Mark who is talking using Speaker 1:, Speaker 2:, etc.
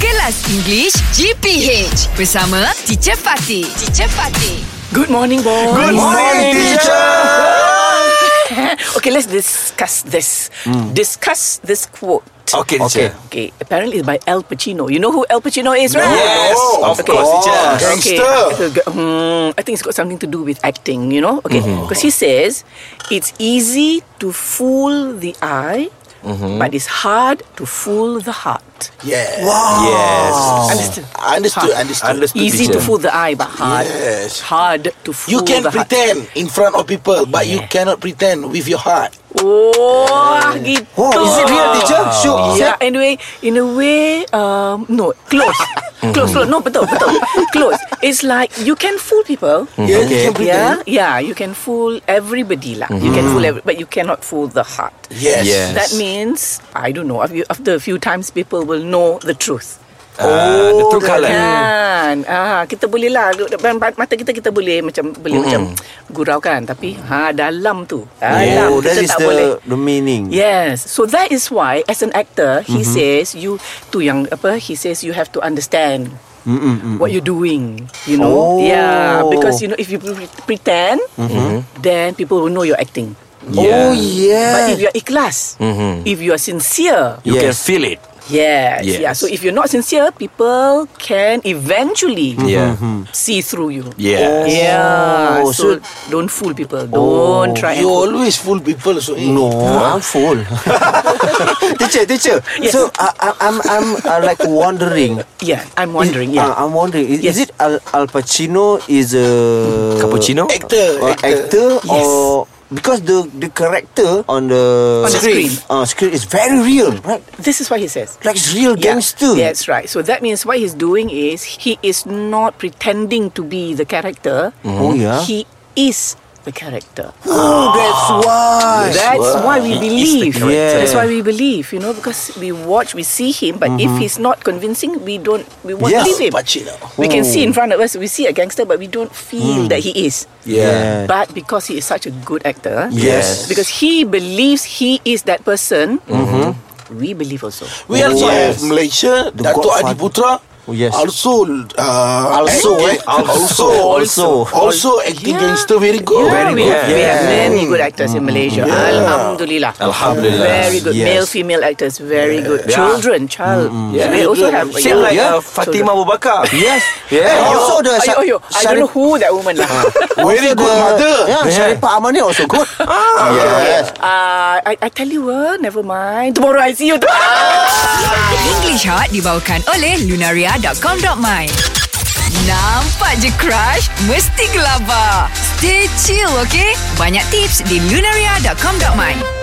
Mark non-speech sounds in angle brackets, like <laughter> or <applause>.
Speaker 1: Kelas English GPH bersama Teacher Fatih. Teacher Fatih.
Speaker 2: Good morning, boys.
Speaker 3: Good morning, teacher.
Speaker 2: Okay, let's discuss this. Discuss this quote.
Speaker 3: Mm. Okay, teacher.
Speaker 2: Okay, apparently it's by Al Pacino. You know who Al Pacino is, right?
Speaker 3: Yes, of course, teacher.
Speaker 2: Okay. Hmm, I think it's got something to do with acting, you know? Okay,
Speaker 3: Mm-hmm.
Speaker 2: because he says it's easy to fool the eye,
Speaker 3: Mm-hmm.
Speaker 2: but it's hard to fool the heart.
Speaker 4: Yes.
Speaker 3: Yes.
Speaker 2: Understood?
Speaker 4: Understood,
Speaker 2: Hard.
Speaker 4: understood.
Speaker 3: Understood.
Speaker 2: Easy to
Speaker 3: teacher.
Speaker 2: fool the eye, but hard.
Speaker 4: Yes.
Speaker 2: Hard to fool
Speaker 4: You can
Speaker 2: the heart.
Speaker 4: pretend in front of people, but you cannot pretend with your heart.
Speaker 2: Wah, gitu.
Speaker 3: is it real, teacher?
Speaker 4: Sure,
Speaker 3: Ah.
Speaker 4: is
Speaker 2: Oh. Yeah, in a way, in a way, um, no, close,
Speaker 3: Mm-hmm.
Speaker 2: close, close. No, betul, betul, close. It's like you can fool people.
Speaker 3: Mm-hmm.
Speaker 4: Yeah, you can pretend.
Speaker 2: Yeah, yeah, you can fool everybody lah. You can fool, every, but you cannot fool the heart.
Speaker 4: Yes.
Speaker 3: Mm-hmm. Yes.
Speaker 2: That means I don't know. After, after a few times, people will know the truth.
Speaker 3: Ah, the true colour.
Speaker 2: Kan ah, Kita boleh lah Depan Mata kita kita boleh Macam boleh macam Gurau kan Tapi ha, dalam tu Dalam
Speaker 3: Oh,
Speaker 2: kita
Speaker 3: that is
Speaker 2: tak
Speaker 3: the
Speaker 2: boleh
Speaker 3: the meaning.
Speaker 2: Yes. So that is why as an actor he
Speaker 3: Mm-hmm.
Speaker 2: says you tu yang apa he says you have to understand what you're doing, you know?
Speaker 3: Oh.
Speaker 2: Yeah, because you know if you pre- pretend
Speaker 3: Mm-hmm.
Speaker 2: then people will know you're acting.
Speaker 4: Oh
Speaker 3: Yeah.
Speaker 4: yeah.
Speaker 2: But if you're ikhlas,
Speaker 3: Mm-hmm.
Speaker 2: if you are sincere,
Speaker 3: You can
Speaker 4: Yes.
Speaker 3: feel it.
Speaker 2: yes,
Speaker 3: Yes.
Speaker 2: yeah. So if you're not sincere, people can eventually
Speaker 3: Mm-hmm. Yeah.
Speaker 2: see through you.
Speaker 3: Yeah.
Speaker 2: Yeah.
Speaker 4: Oh,
Speaker 2: so, don't fool people. Don't
Speaker 3: Oh.
Speaker 2: try and
Speaker 4: you always fool people. So
Speaker 3: No, I'm full. <laughs> teacher, teacher.
Speaker 2: Yes.
Speaker 3: So I, I, I'm, I'm, uh like wondering.
Speaker 2: Yeah, I'm wondering.
Speaker 3: Is-
Speaker 2: Yeah.
Speaker 3: uh, I'm wondering. Is,
Speaker 2: Yes.
Speaker 3: is it Al, Al Pacino is a
Speaker 5: Cappuccino?
Speaker 4: Actor,
Speaker 3: or
Speaker 4: actor.
Speaker 3: actor
Speaker 2: Yes.
Speaker 3: or because the the character on the
Speaker 2: On the Screen. screen.
Speaker 3: uh, screen is very real, right?
Speaker 2: This is what he says.
Speaker 3: Like it's real
Speaker 2: Yeah,
Speaker 3: gangster.
Speaker 2: That's right. So that means what he's doing is he is not pretending to be the character.
Speaker 3: Oh, yeah.
Speaker 2: He is the character.
Speaker 3: Oh, that's
Speaker 2: Ah.
Speaker 3: why.
Speaker 2: That's why we believe.
Speaker 3: character.
Speaker 2: That's why we believe, you know, because we watch, we see him, but if he's not convincing, we don't we won't
Speaker 3: Mm-hmm. Yes, Oh.
Speaker 2: believe him.
Speaker 4: Pacino.
Speaker 2: We can see in front of us, we see a gangster, but we don't feel that he is.
Speaker 3: Mm. Yeah.
Speaker 2: But because he is such a good actor,
Speaker 3: Yes.
Speaker 2: because he believes he is that person,
Speaker 3: Mm-hmm.
Speaker 2: we believe also.
Speaker 4: We also
Speaker 3: Yes.
Speaker 4: have Malaysia,
Speaker 3: The
Speaker 4: Dato'
Speaker 3: Godfather.
Speaker 4: Adi Putra.
Speaker 3: Oh, yes.
Speaker 4: Also, uh,
Speaker 3: Also,
Speaker 4: acting-
Speaker 3: eh? Also,
Speaker 4: also,
Speaker 3: also.
Speaker 4: also acting
Speaker 2: Yeah.
Speaker 4: gangster very good.
Speaker 2: Yeah, Oh, we
Speaker 3: good.
Speaker 2: Have, we have
Speaker 3: Yeah.
Speaker 2: many good actors in Malaysia. Alhamdulillah.
Speaker 5: Alhamdulillah.
Speaker 2: Very good.
Speaker 3: Yes. Mm,
Speaker 2: Male, female actors. Very good. Children, child.
Speaker 4: Yeah.
Speaker 2: We also have.
Speaker 5: Same like
Speaker 3: Yeah.
Speaker 5: uh, Fatima Abu Bakar.
Speaker 3: Yes.
Speaker 5: Yeah.
Speaker 3: And Eh, also the
Speaker 2: I,
Speaker 3: Ah, Sha-
Speaker 2: I don't know who that woman lah.
Speaker 4: Very good mother.
Speaker 3: Yeah, Sharifah Amani also good. ah, yes.
Speaker 2: uh, I, I tell you, uh, never mind. Tomorrow I see you.
Speaker 3: <laughs>
Speaker 1: English Hot dibawakan oleh lunaria.com.my. Nampak je crush? Mesti gelabah. Stay chill, okay? Banyak tips di lunaria.com.my.